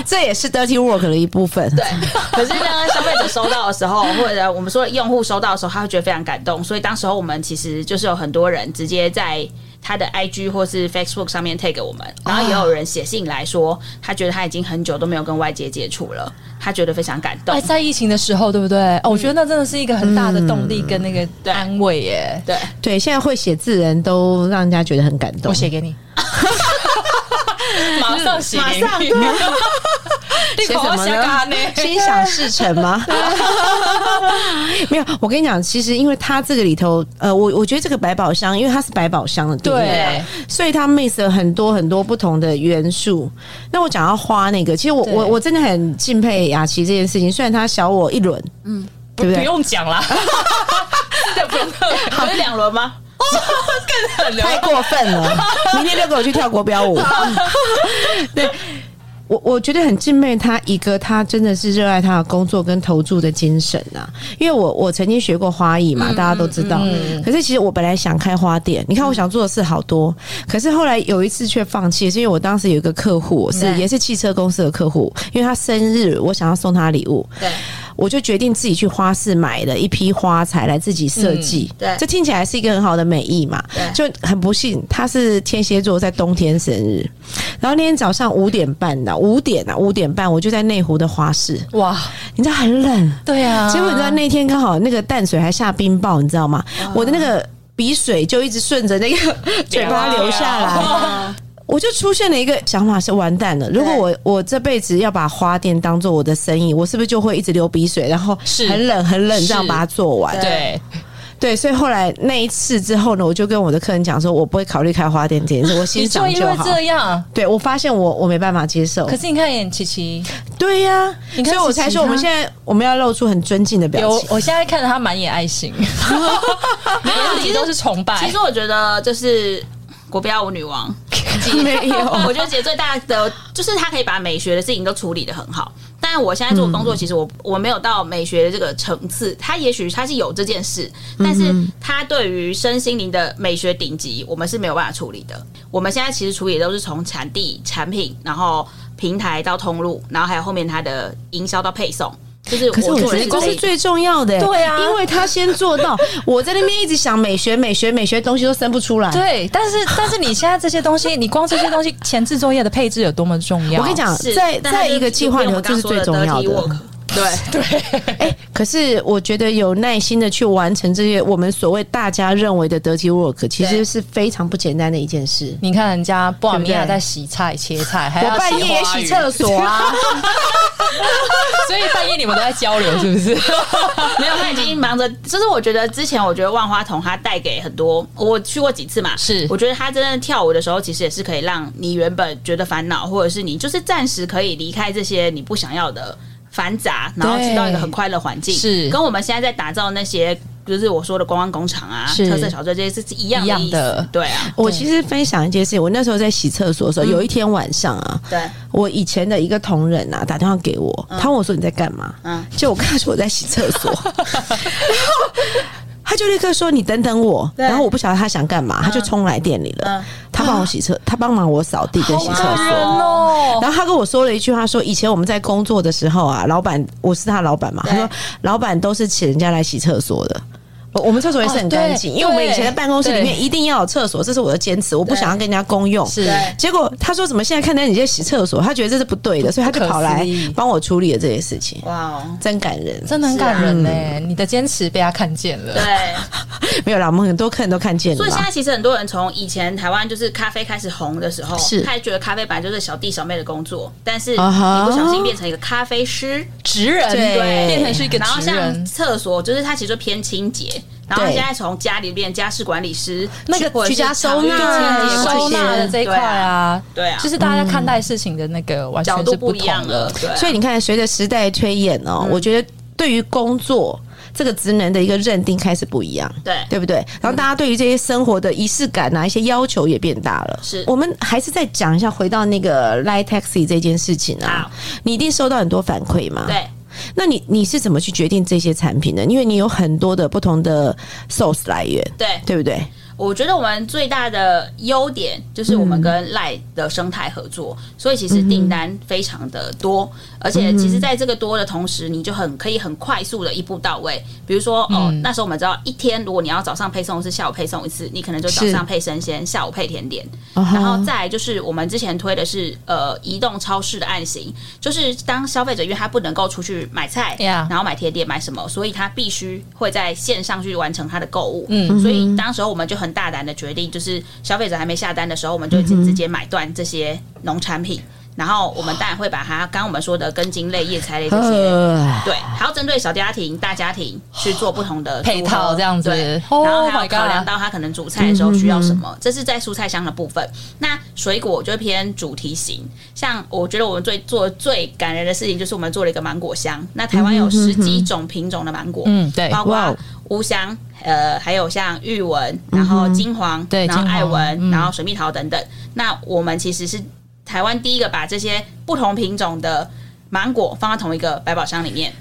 S2: 这也是 dirty work 的一部分。
S3: 对，可是呢，消费者收到的时候， *laughs* 或者我们说用户收到的时候，他会觉得非常感动。所以当时候我们其实就是有很多人直接在他的 IG 或是 Facebook 上面 tag 我们，然后也有人写信来说，他觉得他已经很久都没有跟外界接触了，他觉得非常感动
S4: 哎，。在疫情的时候，对不对？哦，我觉得那真的是一个很大的动力跟那个
S3: 对
S4: 安慰耶。
S3: 对，
S2: 对，现在会写字人都让人家觉得很感动。
S4: 我写给你，马上写
S2: 马上
S4: *laughs* 淋浴，立刻我嗯写干呢。
S2: 心想事成吗？ *laughs* 没有，我跟你讲，其实因为它这个里头，呃，我我觉得这个百宝箱，因为它是百宝箱的定义啊，
S4: 对
S2: 所以它 miss 了很多很多不同的元素。那我讲到花那个，其实我
S4: 对
S2: 我我真的很敬佩雅琪这件事情，虽然她小我一轮，嗯，对不
S4: 不
S2: 对？
S4: 用讲啦，真的不用
S3: 不是两轮吗？
S4: 更狠了。
S2: 太过分了！ *laughs* 明天就给我去跳国标 *laughs* 舞。对，我我觉得很敬佩他，一个他真的是热爱他的工作跟投注的精神啊。因为我我曾经学过花艺嘛，大家都知道。可是其实我本来想开花店，你看我想做的事好多，可是后来有一次却放弃，是因为我当时有一个客户是
S3: 对
S2: 也是汽车公司的客户，因为他生日，我想要送他礼物，
S3: 对，
S2: 我就决定自己去花市买了一批花材来自己设计、
S3: 嗯对
S2: 这听起来是一个很好的美意嘛。就
S3: 对
S2: 很不幸，他是天蝎座，在冬天生日。然后那天早上五点半的，五点啊，五点半我就在内湖的花市，
S4: 哇，
S2: 你知道很冷，
S4: 对啊，
S3: 嗯
S2: 结果你知道那天刚好那个淡水还下冰雹，你知道吗？
S3: 嗯
S2: 我的那个鼻水就一直顺着那个 *laughs* 嘴巴流下来。
S4: 哦
S3: 啊，
S2: 我就出现了一个想法是完蛋了，如果我我这辈子要把花店当做我的生意，我是不是就会一直流鼻水，然后
S4: 是
S2: 很冷很冷这样
S4: 是
S2: 把它做完？
S4: 对
S2: 对，所以后来那一次之后呢，我就跟我的客人讲说，我不会考虑开花店这
S4: *laughs*
S2: 件事，我
S4: 你
S2: 欣
S4: 就哦
S2: 赏
S4: 因
S2: 就
S4: 为
S2: 好。
S4: 这样，
S2: 对，我发现我我没办法接受
S4: 可。是你看演琪琪，
S2: 对呀、
S4: 你
S2: 所
S4: 看
S2: 以我才说我们
S4: 其
S2: 现在我们要露出很尊敬的表
S4: 有
S2: 情。
S4: 我现在看着他满眼爱 *laughs* 心， *laughs* 眼底都是崇拜。
S3: 其实我觉得就是国标舞女王，
S2: *laughs* 没有，
S3: *laughs* 我觉得姐最大的就是她可以把美学的事情都处理的很好。但我现在做
S2: 嗯
S3: 工作，其实我我没有到美学的这个层次。她也许她是有这件事，但
S2: 嗯
S3: 是她对于身心灵的美学顶级，我们是没有办法处理的。我们现在其实处理都是从产地、产品，然后平台到通路，然后还有后面它的营销到配送。就是
S2: 可是
S3: 我
S2: 我
S3: 做
S2: 觉得
S3: 的是
S2: 这
S3: 这
S2: 是
S3: 一
S2: 最重要的、欸
S4: 对啊
S2: 因为他先做到，我在那边一直想美学、美学、美学，东西都生不出来。
S4: 对，啊但是但是你现在这些东西，你光这些东西前置作业的配置有多么重要？
S2: 我跟你讲，
S3: 是
S2: 在
S3: 但它
S2: 在一个计划里头，这是最重要
S3: 就跟
S2: 的
S3: 我刚。刚说的 dirty work 对。
S2: 哎、可是我觉得有耐心的去完成这些我们所谓大家认为的 dirty work，其实
S3: 对
S2: 是非常不简单的一件事。
S4: 你看人家布瓦米
S2: 对
S4: 亚
S2: 不对
S4: 在洗菜、切菜，还
S2: 我
S4: 要
S2: 半夜也
S4: 花
S2: 洗
S4: 语
S2: 厕，所啊，
S4: *laughs* 所以半夜你们都在交流，是不
S3: *laughs*
S4: 是？
S3: 没有，他已经忙着。就是我觉得之前，我觉得万花筒它带给很多，我去过几次嘛，
S4: 是
S3: 我觉得他真的跳舞的时候，其实也是可以让你原本觉得烦恼，或者是你就是暂时可以离开这些你不想要的繁杂，然后去到一个很快乐环境，
S4: 是
S3: 跟我们现在在打造那些。就是我说的观光工厂啊、
S4: 是
S3: 特色小镇这些是一样
S4: 一样
S3: 的意思
S4: 的
S3: 对啊，
S2: 我其实分享一件事情，我那时候在洗厕所的时候，有一天晚上啊，
S3: 对，
S2: 我以前的一个同仁啊打电话给我，他问我说你在干嘛？
S3: 嗯
S2: 就我跟他说我在洗厕所，然后他就立刻说你等等我，
S3: 对
S2: 然后我不晓得他想干嘛，他就冲来店里了
S3: 嗯，
S2: 他帮我洗厕，他帮忙我扫地跟洗厕
S3: 好感人
S2: 所。
S4: 哦，
S2: 然后他跟我说了一句话，说以前我们在工作的时候啊，老板我是他老板嘛，
S3: 对
S2: 他说老板都是请人家来洗厕所的。我我们厕所也是很
S4: 哦对
S2: 干净，因为我们以前在办公室里面
S3: 哦
S4: 对
S2: 一定要有厕所，这是我的坚持，我不想要跟人家公用。
S4: 是
S3: 对
S2: 结果他说怎么现在看到你在洗厕所，他觉得这是不对的，所以他就跑
S4: 不可
S2: 来
S4: 思议
S2: 帮我处理了这些事情，
S3: 哇哦，
S2: 真感人。
S4: 真的很感人呢、
S3: 啊嗯
S4: 你的坚持被他看见了。
S3: 对。
S2: 没有啦，我们很多客人都看见了
S3: 所以现
S2: 啦。
S3: 在其实很多人从以前台湾就是咖啡开始红的时候，
S2: 是
S3: 他也觉得咖啡本来就是小弟小妹的工作，但是你
S2: 啊哈
S3: 不小心变成一个咖啡师，
S4: 职人
S2: 对
S4: 变成是一个
S3: 然后
S4: 职
S3: 像
S4: 人，
S3: 厕所，就是它其实就偏清洁。然后
S2: 对
S3: 现在从家里变家事管理师，
S2: 那个
S3: 或者是
S2: 居家收
S3: 场域
S2: 纳
S3: 清洁
S2: 啊
S3: 管理
S4: 收纳的这一块啊，
S3: 对啊
S4: 就是大家看待事情的那个完全
S3: 角
S4: 是
S3: 度不一
S4: 同
S3: 样了
S4: 的。。
S3: 对啊，嗯
S2: 所以你看，随着时代推演哦、我觉得对于工作这个职能的一个认定开始不一样。
S3: 对
S2: 对不对？然后大家对于这些生活的仪式感啊，一些要求也变大了。
S3: 是
S2: 我们还是再讲一下，回到那个 Light Taxi 这件事情啊
S3: 好，
S2: 你一定收到很多反馈嘛？。
S3: 对
S2: 那你你是怎么去决定这些产品的？因为你有很多的不同的 source 来源，
S3: 对，
S2: 对不对？
S3: 我觉得我们最大的优点就是我们跟赖的生态合作，所以其实订单非常的多，而且其实在这个多的同时，你就很可以很快速的一步到位。比如说，哦，那时候我们知道一天，如果你要早上配送是下午配送一次，你可能就早
S2: 是
S3: 上配生鲜，下午配甜点。
S4: 嗯
S2: 然
S3: 然后再来就是我们之前推的是呃移动超市的案型，就是当消费者因为他不能够出去买菜
S4: Yeah
S3: 然后买甜点买什么，所以他必须会在线上去完成他的购物。
S4: 嗯
S3: 所以当时候我们就很大胆的决定，就是消费者还没下单的时候，我们就已经直接买断这些农产品。然后我们当然会把它，刚刚我们说的根茎类、叶菜类这些，
S2: 呃，
S3: 对，还要针对小家庭、大家庭去做不同
S4: *laughs*
S3: 的
S4: 配
S3: 组合
S4: 套这样子
S3: 对，
S4: Oh
S3: 然后还
S4: my
S3: 有
S4: god 嗯
S3: 考量到他可能煮菜的时候需要什么，这是在蔬菜箱的部分。那水果就偏主题型，像我觉得我们最做最感人的事情就是我们做了一个芒果箱，那台湾有十几种品种的芒果，
S4: 嗯，对，
S3: 包
S2: 哇
S3: 括
S2: 哦
S3: 乌香，呃，还有像玉文，然后金黄，
S4: 对
S3: 然后
S4: 金黄
S3: 艾
S4: 嗯
S3: 文，然后水蜜桃等等。那我们其实是台湾第一个把这些不同品种的芒果放到同一个百宝箱里面，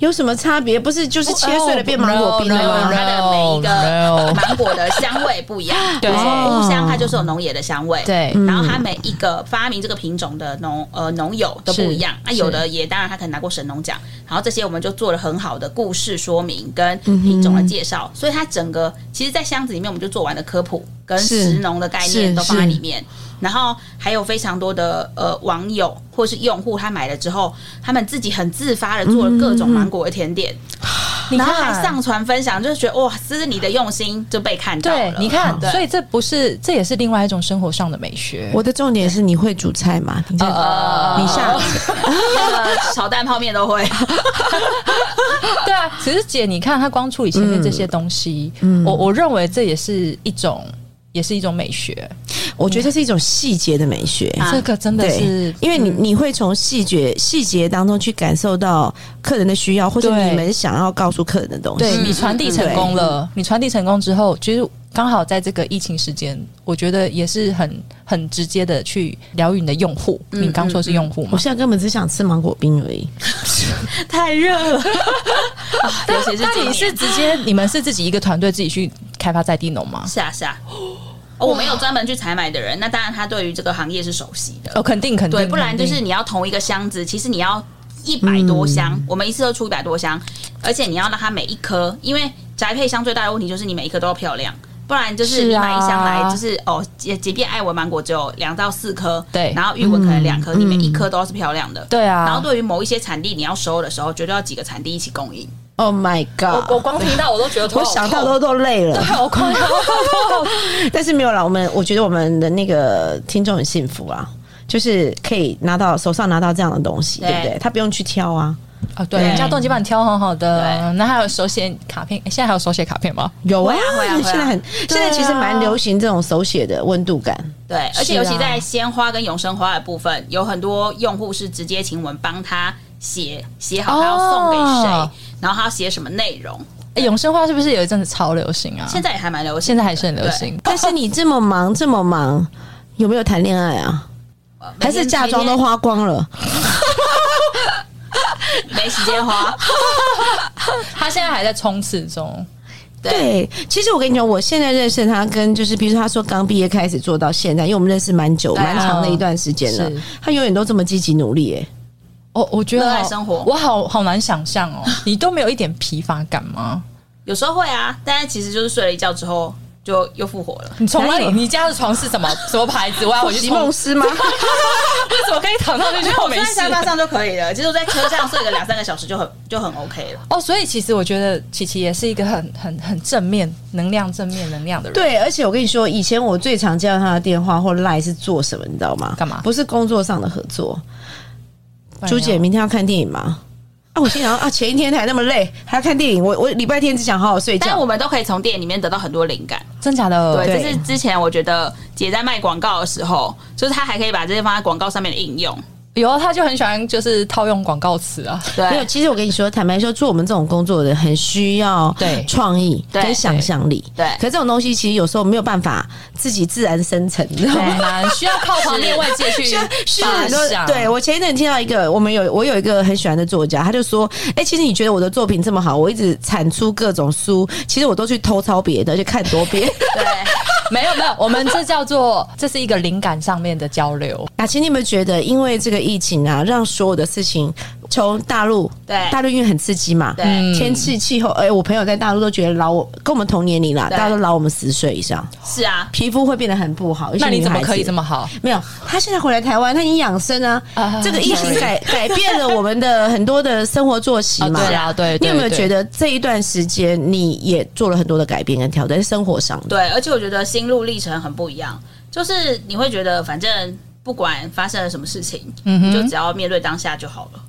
S2: 有什么差别？不是就是切碎了变芒果冰
S4: 没
S2: 了
S4: 有
S3: 然
S2: 吗？
S3: 后它的每一
S4: no，no
S3: 个呃芒果的香味不一样，
S4: *laughs* 对
S3: 乌香它就是有农野的香味，。
S4: 对，
S3: 然
S2: 嗯
S3: 后它每一个发明这个品种的农呃农友都不一样，啊，
S4: 是
S3: 有的也当然他可能拿过神农奖，然后这些我们就做了很好的故事说明跟
S2: 嗯
S3: 品种的介绍，所以它整个其实，在箱子里面我们就做完了科普跟
S2: 是
S3: 食农的概
S2: 是
S3: 念都放在
S2: 是
S3: 里面，然后还有非常多的呃网友或是用户，他买了之后，他们自己很自发的做了各
S2: 嗯
S3: 种芒果的甜点，
S4: 你
S3: 然后还
S4: 看。
S3: 上传分享，就是觉得哇，这是你的用心就被看到
S4: 对
S3: 了，。
S4: 你看，
S3: 对
S4: 所以这不是，这也是另外一种生活上的美学。
S2: 我的重点是你会煮菜吗？你在
S4: 呃
S2: 你下
S3: 那个哦 *laughs* 炒蛋泡面都
S4: *laughs*
S3: 会，
S4: 对啊，其实姐，你看她光处理前面这些东西，我我认为这也是一种，也是一种美学。
S2: 我觉得这是一种细节的美学。
S3: 啊
S4: 这个真的是
S2: 对，因为你你会从细节细节当中去感受到客人的需要，或者
S4: 对
S2: 你们想要告诉客人的东
S4: 对
S2: 西。
S4: 你传递成功了，你传递成功之后，其实刚好在这个疫情时间，我觉得也是很很直接的去疗愈你的用户。你刚说是用户
S2: 我
S4: 嘛？
S2: 现在根本只想吃芒果冰而已。
S3: 太热 *laughs* 了，啊尤其是
S4: 那
S3: 今
S4: 你
S3: 年
S4: 是直接你们是自己一个团队自己去开发在地农吗？
S3: 是啊是啊。哦，我没有专门去采买的人，那当然他对于这个行业是熟悉的，
S4: 哦，肯定肯定，
S3: 对，不然就
S4: 肯定
S3: 是你要同一个箱子，其实你要一百多箱，
S4: 嗯
S3: 我们一次都出一百多箱，而且你要让它每一颗，因为宅配箱最大的问题就是你每一颗都要漂亮。不然就是
S4: 是
S3: 你
S4: 啊
S3: 买一箱来，就是、哦，即即便爱文芒果只有两到四颗，
S4: 对嗯
S3: 然后玉文可能两颗，你每一颗都是漂亮的，
S4: 对啊。
S3: 然后对于某一些产地，你要收的时候，绝对要几个产地一起供应。
S2: Oh my
S4: 我我
S2: god！
S4: 光听到我都觉得头
S2: 我
S4: 好
S2: 想到
S4: 痛
S2: 都都累了。
S4: 好快，
S2: *laughs* 但是没有啦，我们我觉得我们的那个听众很幸福啊，就是可以拿到手上拿到这样的东西，
S3: 对
S2: 对不对？他不用去挑啊，
S4: 啊！对，
S3: 对
S4: 人家都已经帮你挑很好的，
S3: 对
S4: 那还有手写卡片，诶现在还有手写卡片吗？
S2: 有
S3: 会啊会啊会啊
S2: 现在很现在其实蛮流行这种手写的温度感，
S3: 对，而
S4: 是
S3: 且
S4: 啊
S3: 尤其在鲜花跟永生花的部分，有很多用户是直接请我们帮他写写好他要送给谁，
S4: 哦
S3: 然后他要写什么内容，
S4: 诶哎永生花是不是有一阵子超流行啊？
S3: 现在也还蛮流行
S4: 现
S3: 的，
S4: 在还是很流行。 *laughs*
S2: 但是你这么忙这么忙，有没有谈恋爱啊？
S3: 对。
S2: 还是嫁妆都
S3: 花
S2: 花光了？
S3: 没时间花，
S4: 他现在还在冲刺中，
S2: 对，其实我跟你讲，我现在认识他，跟就是比如说他说刚毕业开始做到现在，因为我们认识蛮久、
S3: 对啊
S2: 蛮长的一段时间了
S4: 是，哦
S2: 他永远都这么积极努力、哎，
S4: 我我觉得
S3: 热爱
S4: 好
S3: 生活
S4: 我好好难想象哦。你都没有一点疲乏感吗？
S3: 有时候会啊，但是其实就是睡了一觉之后就又复活了。
S4: 你从哪
S2: 哪
S4: 里？
S2: 有
S4: 你家的床是什么什么牌子？我要回去
S2: 席
S4: 冲
S2: 梦思吗？
S4: 为什么可以躺上去 *laughs* 就
S3: 我
S4: 没
S3: 睡在
S4: 事？
S3: 沙发上就可以了，其实我在车上睡个两三个小时就很就很
S4: *laughs*
S3: OK 了。
S4: 哦，所以其实我觉得琪琪也是一个很很很正面能量、正面能量的人。
S2: 对，而且我跟你说，以前我最常接到他的电话或赖是做什么，你知道吗？
S4: 干嘛啊
S2: 不是工作上的合作。
S4: 不然
S2: 朱姐
S4: 要
S2: 明天要看电影吗？啊，我心想啊，前一天还那么累，还要看电影，我我礼拜天只想好好睡
S3: 但
S2: 觉。
S3: 我们都可以从电影里面得到很多灵感。
S4: 真假的，
S3: 对，
S2: 对
S3: 这是之前我觉得姐在卖广告的时候，就是她还可以把这些放在广告上面的应用。
S4: 有啊他就很喜欢就是套用广告词啊。
S2: 没 *laughs* 有，
S3: 对
S2: 其实我跟你说，坦白说，做我们这种工作的人很需要
S4: 对
S2: 创意
S3: 对
S2: 跟想象力。
S3: 对
S2: 可这种东西其实有时候没有办法自己自然生成，你知道吗？
S4: 很难，需要靠旁边外界 *laughs* 去
S2: *laughs* 需要需要
S4: 发
S2: 很多
S4: 想。。啊
S2: 对我前一阵听到一个，我们有我有一个很喜欢的作家，他就说：“哎、其实你觉得我的作品这么好，我一直产出各种书，其实我都去偷抄别的，去看多遍。 *laughs*
S3: 对。
S4: *laughs* 没有没有，我们这叫做这是一个灵感上面的交流。
S2: 雅琪，你有没有觉得，因为这个疫情啊，让所有的事情从大陆，
S3: 对
S2: 大陆因为很刺激嘛，
S3: 对，
S4: 嗯
S2: 天气气候，哎、我朋友在大陆都觉得老我跟我们同年龄啦，
S3: 对
S2: 大家都老我们十岁以上，
S3: 是啊，
S2: 皮肤会变得很不好。
S4: 那你怎么可以这
S2: 么？
S4: 么好？
S2: 没有，他现在回来台湾，他已经养生啊。
S4: 啊
S2: *laughs* 这个疫情改改变了我们的很多的生活作息
S4: 啊，
S2: 嘛。
S4: 对啊，对，
S2: 你有没有
S4: 对
S2: 觉？得这一段时间你也做了很多的改变跟调整，在生活上的？
S3: 对，而且我觉得心路历程很不一样，就是你会觉得反正不管发生了什么事情，
S4: 嗯
S3: 你就
S4: 哼，
S3: 只要面对当下就好了。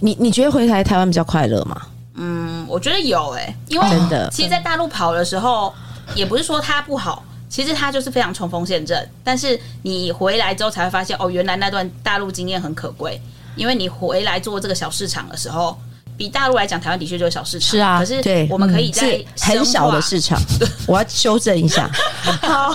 S2: 你你觉得回来台湾比较快乐吗？
S3: 嗯，我觉得有诶、因为
S2: 哦真的
S3: 其实，在大陆跑的时候，也不是说它不好。其实它就是非常冲锋陷阵，但是你回来之后才会发现，哦，原来那段大陆经验很可贵，因为你回来做这个小市场的时候，比大陆来讲，台湾的确就是小市场，
S4: 是啊
S3: 可是
S2: 对嗯
S3: 我们可以在
S2: 是很小的
S3: *laughs*
S2: 市场，我要修正一下。
S3: 好，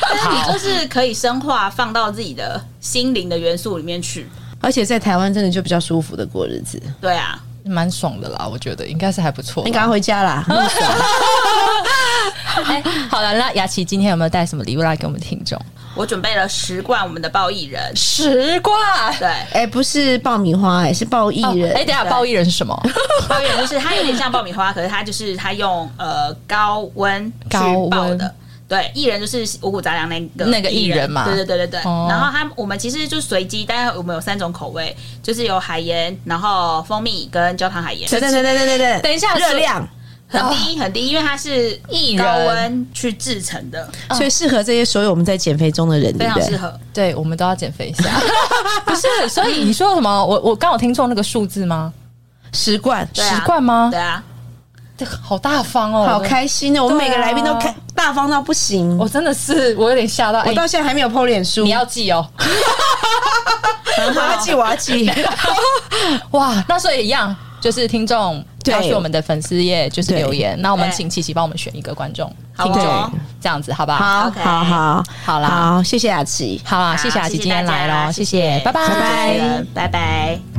S3: 但是你
S4: 好
S3: 就是可以深化放到自己的心灵的元素里面去。
S2: 而且在台湾真的就比较舒服的过日子，
S3: 对啊，
S4: 蛮爽的啦，我觉得应该是还不错啦。
S2: 你赶快回家啦。
S4: 哎，好了，那雅琪今天有没有带什么礼物来给我们听众？
S3: 我准备了十罐我们的爆薏仁，
S4: 十罐。
S3: 对，
S2: 哎、不是爆米花、哎，是爆薏仁。
S4: 哎、等一下，
S3: 对
S4: 包艺人是什么？
S3: 爆薏仁就是它有点像爆米花，可是它就是它用呃高温去
S4: 高温
S3: 爆的。对，薏仁就是五谷杂粮那个
S4: 那个薏仁嘛
S3: 对对对对对。
S4: 哦
S3: 然后它我们其实就随机，但是我们有三种口味，就是有海盐，然后蜂蜜跟焦糖海盐，
S2: 等等等等等等等，
S4: 等一下
S2: 热量，
S3: 很低
S4: 哦
S3: 很低，因为它是
S4: 薏
S3: 高
S4: 仁
S3: 温去制成的，
S2: 所以适合这些所有我们在减肥中的人，
S3: 非
S2: 对不
S3: 常适
S2: 对？
S3: 合。
S4: *laughs* 对，我们都要减肥一下。 *laughs* 不是，所以你说什么？我我刚有听中那个数字吗？
S2: 十罐，
S3: 对啊
S4: 十罐吗
S3: 对？啊，
S4: 这个好大方哦，
S2: 好
S4: 我都，
S2: 开心哦！我们每个来宾都开大方到不行，
S4: 我真的是我有点吓到。哎、
S2: 我到现在还没有剖脸书，
S4: 你要记哦。
S2: *laughs* 我要记，我要记。
S4: 哇，那所以一样。就是听众
S2: 对
S4: 要去我们的粉丝页，就是
S2: 对
S4: 留言。那我们
S3: 对
S4: 请琪琪帮我们选一个观众，
S3: 好
S4: 听众
S3: 哦
S4: 这样子，好不好？
S2: 好
S3: OK
S2: 好好
S4: 好啦
S2: 好，谢谢雅琪。
S4: 好啦，谢谢
S3: 好
S4: 雅琪
S3: 谢谢
S4: 今天
S3: 大家
S4: 来咯，谢谢，拜拜
S3: 拜拜，拜拜。